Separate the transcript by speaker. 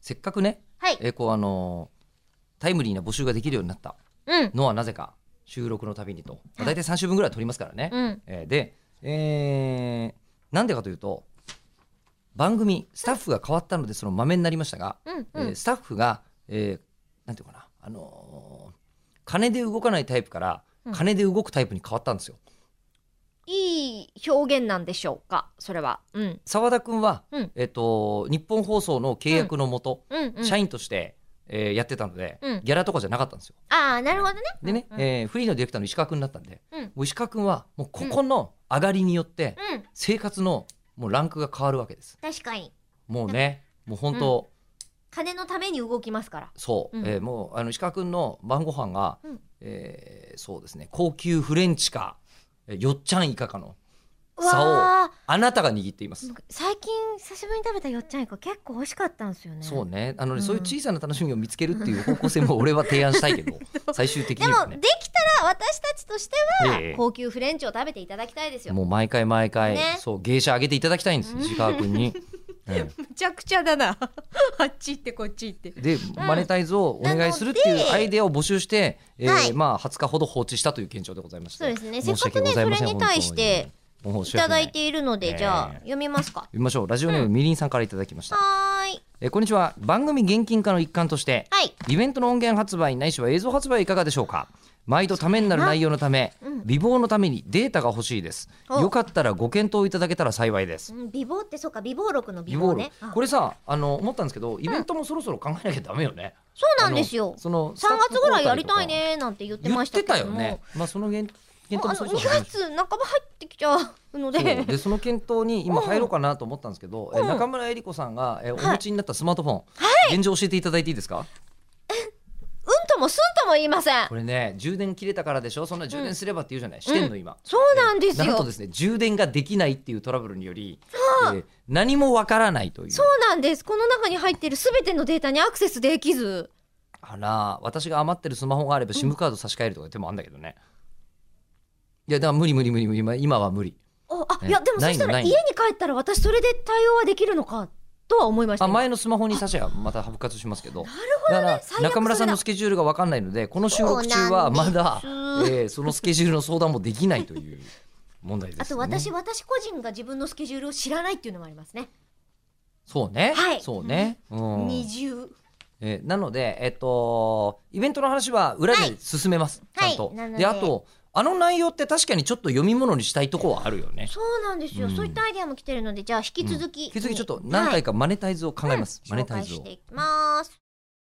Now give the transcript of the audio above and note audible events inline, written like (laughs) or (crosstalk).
Speaker 1: せっかくね、
Speaker 2: はい。
Speaker 1: えーこうあのータイムリーな募集ができるようになった
Speaker 2: うん。
Speaker 1: のはなぜか収録のたびにと、まあ、大体3週分ぐらいは撮りますからね、
Speaker 2: うん。
Speaker 1: えーで、えーなんでかというと番組スタッフが変わったのでそのまめになりましたが、
Speaker 2: うん。
Speaker 1: えースタッフが、えーなんていうかな、あのー金で動かないタイプから
Speaker 2: うん
Speaker 1: 金で動くタイプに変わったんですよ。
Speaker 2: いい表現なんでしょうか、それは。うん。
Speaker 1: 澤田君は、
Speaker 2: うん
Speaker 1: えっと日本放送の契約のもと、
Speaker 2: うん、うん。
Speaker 1: 社員として、えーやってたので、
Speaker 2: うん
Speaker 1: ギャラとかじゃなかったんですよ。
Speaker 2: ああ、なるほどね。
Speaker 1: でね、
Speaker 2: うん
Speaker 1: えーフリーのディレクターの石川君だったんで、
Speaker 2: うん
Speaker 1: もう石川君はもうここの上がりによって
Speaker 2: うん。
Speaker 1: 生活のもうランクが変わるわけです。
Speaker 2: 確かに。
Speaker 1: もうね、もう本当、
Speaker 2: 金のために動きますから。
Speaker 1: そう、
Speaker 2: うん
Speaker 1: えーもうあの石川君の晩ご飯が、
Speaker 2: うん
Speaker 1: えーそうですね高級フレンチかえーよっちゃんいかかの
Speaker 2: うわあ。
Speaker 1: あなたが握っています、
Speaker 2: 最近久しぶりに食べたよっちゃんいか結構美味しかったんですよね。
Speaker 1: そうねあのね、
Speaker 2: うん
Speaker 1: そういう小さな楽しみを見つけるっていう方向性も
Speaker 2: (laughs)
Speaker 1: 俺は提案したいけど最終的
Speaker 2: で
Speaker 1: に
Speaker 2: も
Speaker 1: は、ね
Speaker 2: できたら私たちとして
Speaker 1: ええ
Speaker 2: は、高級フレンチを食べていただきたいですよ。
Speaker 1: もう毎回毎回、
Speaker 2: ね
Speaker 1: そう芸者上げていただきたいんです石川君
Speaker 2: (laughs)
Speaker 1: に、え
Speaker 2: むちゃくちゃだな。 (laughs) あっち行ってこっち行って。
Speaker 1: えで、マネタイズをお願いするっていうアイデアを募集して、えー
Speaker 2: はい
Speaker 1: まあ20日ほど放置したという現状でございまして
Speaker 2: そうですね
Speaker 1: 申し訳ございません
Speaker 2: せっかくねそれに対して
Speaker 1: 本当に
Speaker 2: いただい
Speaker 1: 申し訳な
Speaker 2: ているので、じゃあ、
Speaker 1: ええ
Speaker 2: 読みますか。
Speaker 1: 読みましょうラジオネームみりんさんからいただきました、
Speaker 2: はーい。
Speaker 1: えーこんにちは番組現金化の一環として
Speaker 2: はい。
Speaker 1: イベントの音源発売ないしは映像発売いかがでしょうか毎度ためになる内容のため、美貌のためにデータが欲しいです
Speaker 2: お
Speaker 1: よかったらご検討いただけたら幸いです
Speaker 2: うん美貌ってそうか美貌録の美
Speaker 1: 美
Speaker 2: 貌
Speaker 1: 貌
Speaker 2: ね
Speaker 1: ね
Speaker 2: あ
Speaker 1: これさあの思ったんですけどイベントもそろそろ考えなきゃダメよね
Speaker 2: そうなんです
Speaker 1: あ
Speaker 2: よ
Speaker 1: のその
Speaker 2: 3月ぐらいやりたいねなんて言って
Speaker 1: 言
Speaker 2: ま
Speaker 1: っ
Speaker 2: した
Speaker 1: て
Speaker 2: け
Speaker 1: たよ
Speaker 2: ども
Speaker 1: ねまあその現
Speaker 2: も
Speaker 1: 検
Speaker 2: うあ
Speaker 1: 討も
Speaker 2: の2
Speaker 1: そろそろ
Speaker 2: 月半ば入ってきちゃうので
Speaker 1: そうでその検討に今入ろうかなと思ったんですけど、え
Speaker 2: うん
Speaker 1: 中村江里子さんが、えお
Speaker 2: はい
Speaker 1: 持ちになったスマートフォン、現状教えていただいていいですか
Speaker 2: うんともすんとも言いません
Speaker 1: これね充電切れたからでしょそんな充電すればって言うじゃない、してんの今、
Speaker 2: そうなんです
Speaker 1: なん
Speaker 2: よ
Speaker 1: とですね充電ができないっていうトラブルにより、えー何もわからないという
Speaker 2: そうなんですこの中に入っている全てのデータにアクセスできず
Speaker 1: あら私が余ってるスマホがあれば SIM カード差し替えるとかいう手もあるんだけどね、いやだから無理無理無理無理今は無理
Speaker 2: おあ
Speaker 1: ね
Speaker 2: いやでもそしたら
Speaker 1: ない
Speaker 2: 家に
Speaker 1: の
Speaker 2: 帰ったら私それで対応はできるのかとは思いました
Speaker 1: あ
Speaker 2: よ
Speaker 1: 前のスマホに差しはまた復活しますけどなる
Speaker 2: ほどね
Speaker 1: だか
Speaker 2: 最悪
Speaker 1: ら中村さんのスケジュールが分かんないのでこの収録中はまだ
Speaker 2: そ,、
Speaker 1: そう
Speaker 2: な
Speaker 1: え
Speaker 2: ん
Speaker 1: ーそのスケジュールの相談もできないという問題です、ね、
Speaker 2: あと私私個人が自分のスケジュールを知らないっていうのもありますね
Speaker 1: そうね、
Speaker 2: はい
Speaker 1: そうね、うん
Speaker 2: 二重
Speaker 1: えーなので、えっと、イベントの話は裏で進めます、
Speaker 2: はい
Speaker 1: ちゃんと。
Speaker 2: はいなので
Speaker 1: であとあの内容って確かにちょっと読み物にしたいとこはあるよね。
Speaker 2: そうなんですよ、
Speaker 1: うん
Speaker 2: そういったアイデアも来てるのでじゃあ引き続き、
Speaker 1: 引き続きちょっと何回
Speaker 2: か
Speaker 1: かマネタイズを考えます、
Speaker 2: マ
Speaker 1: マ
Speaker 2: ネ
Speaker 1: ネタイズ
Speaker 2: 紹介し
Speaker 1: を
Speaker 2: て。いきます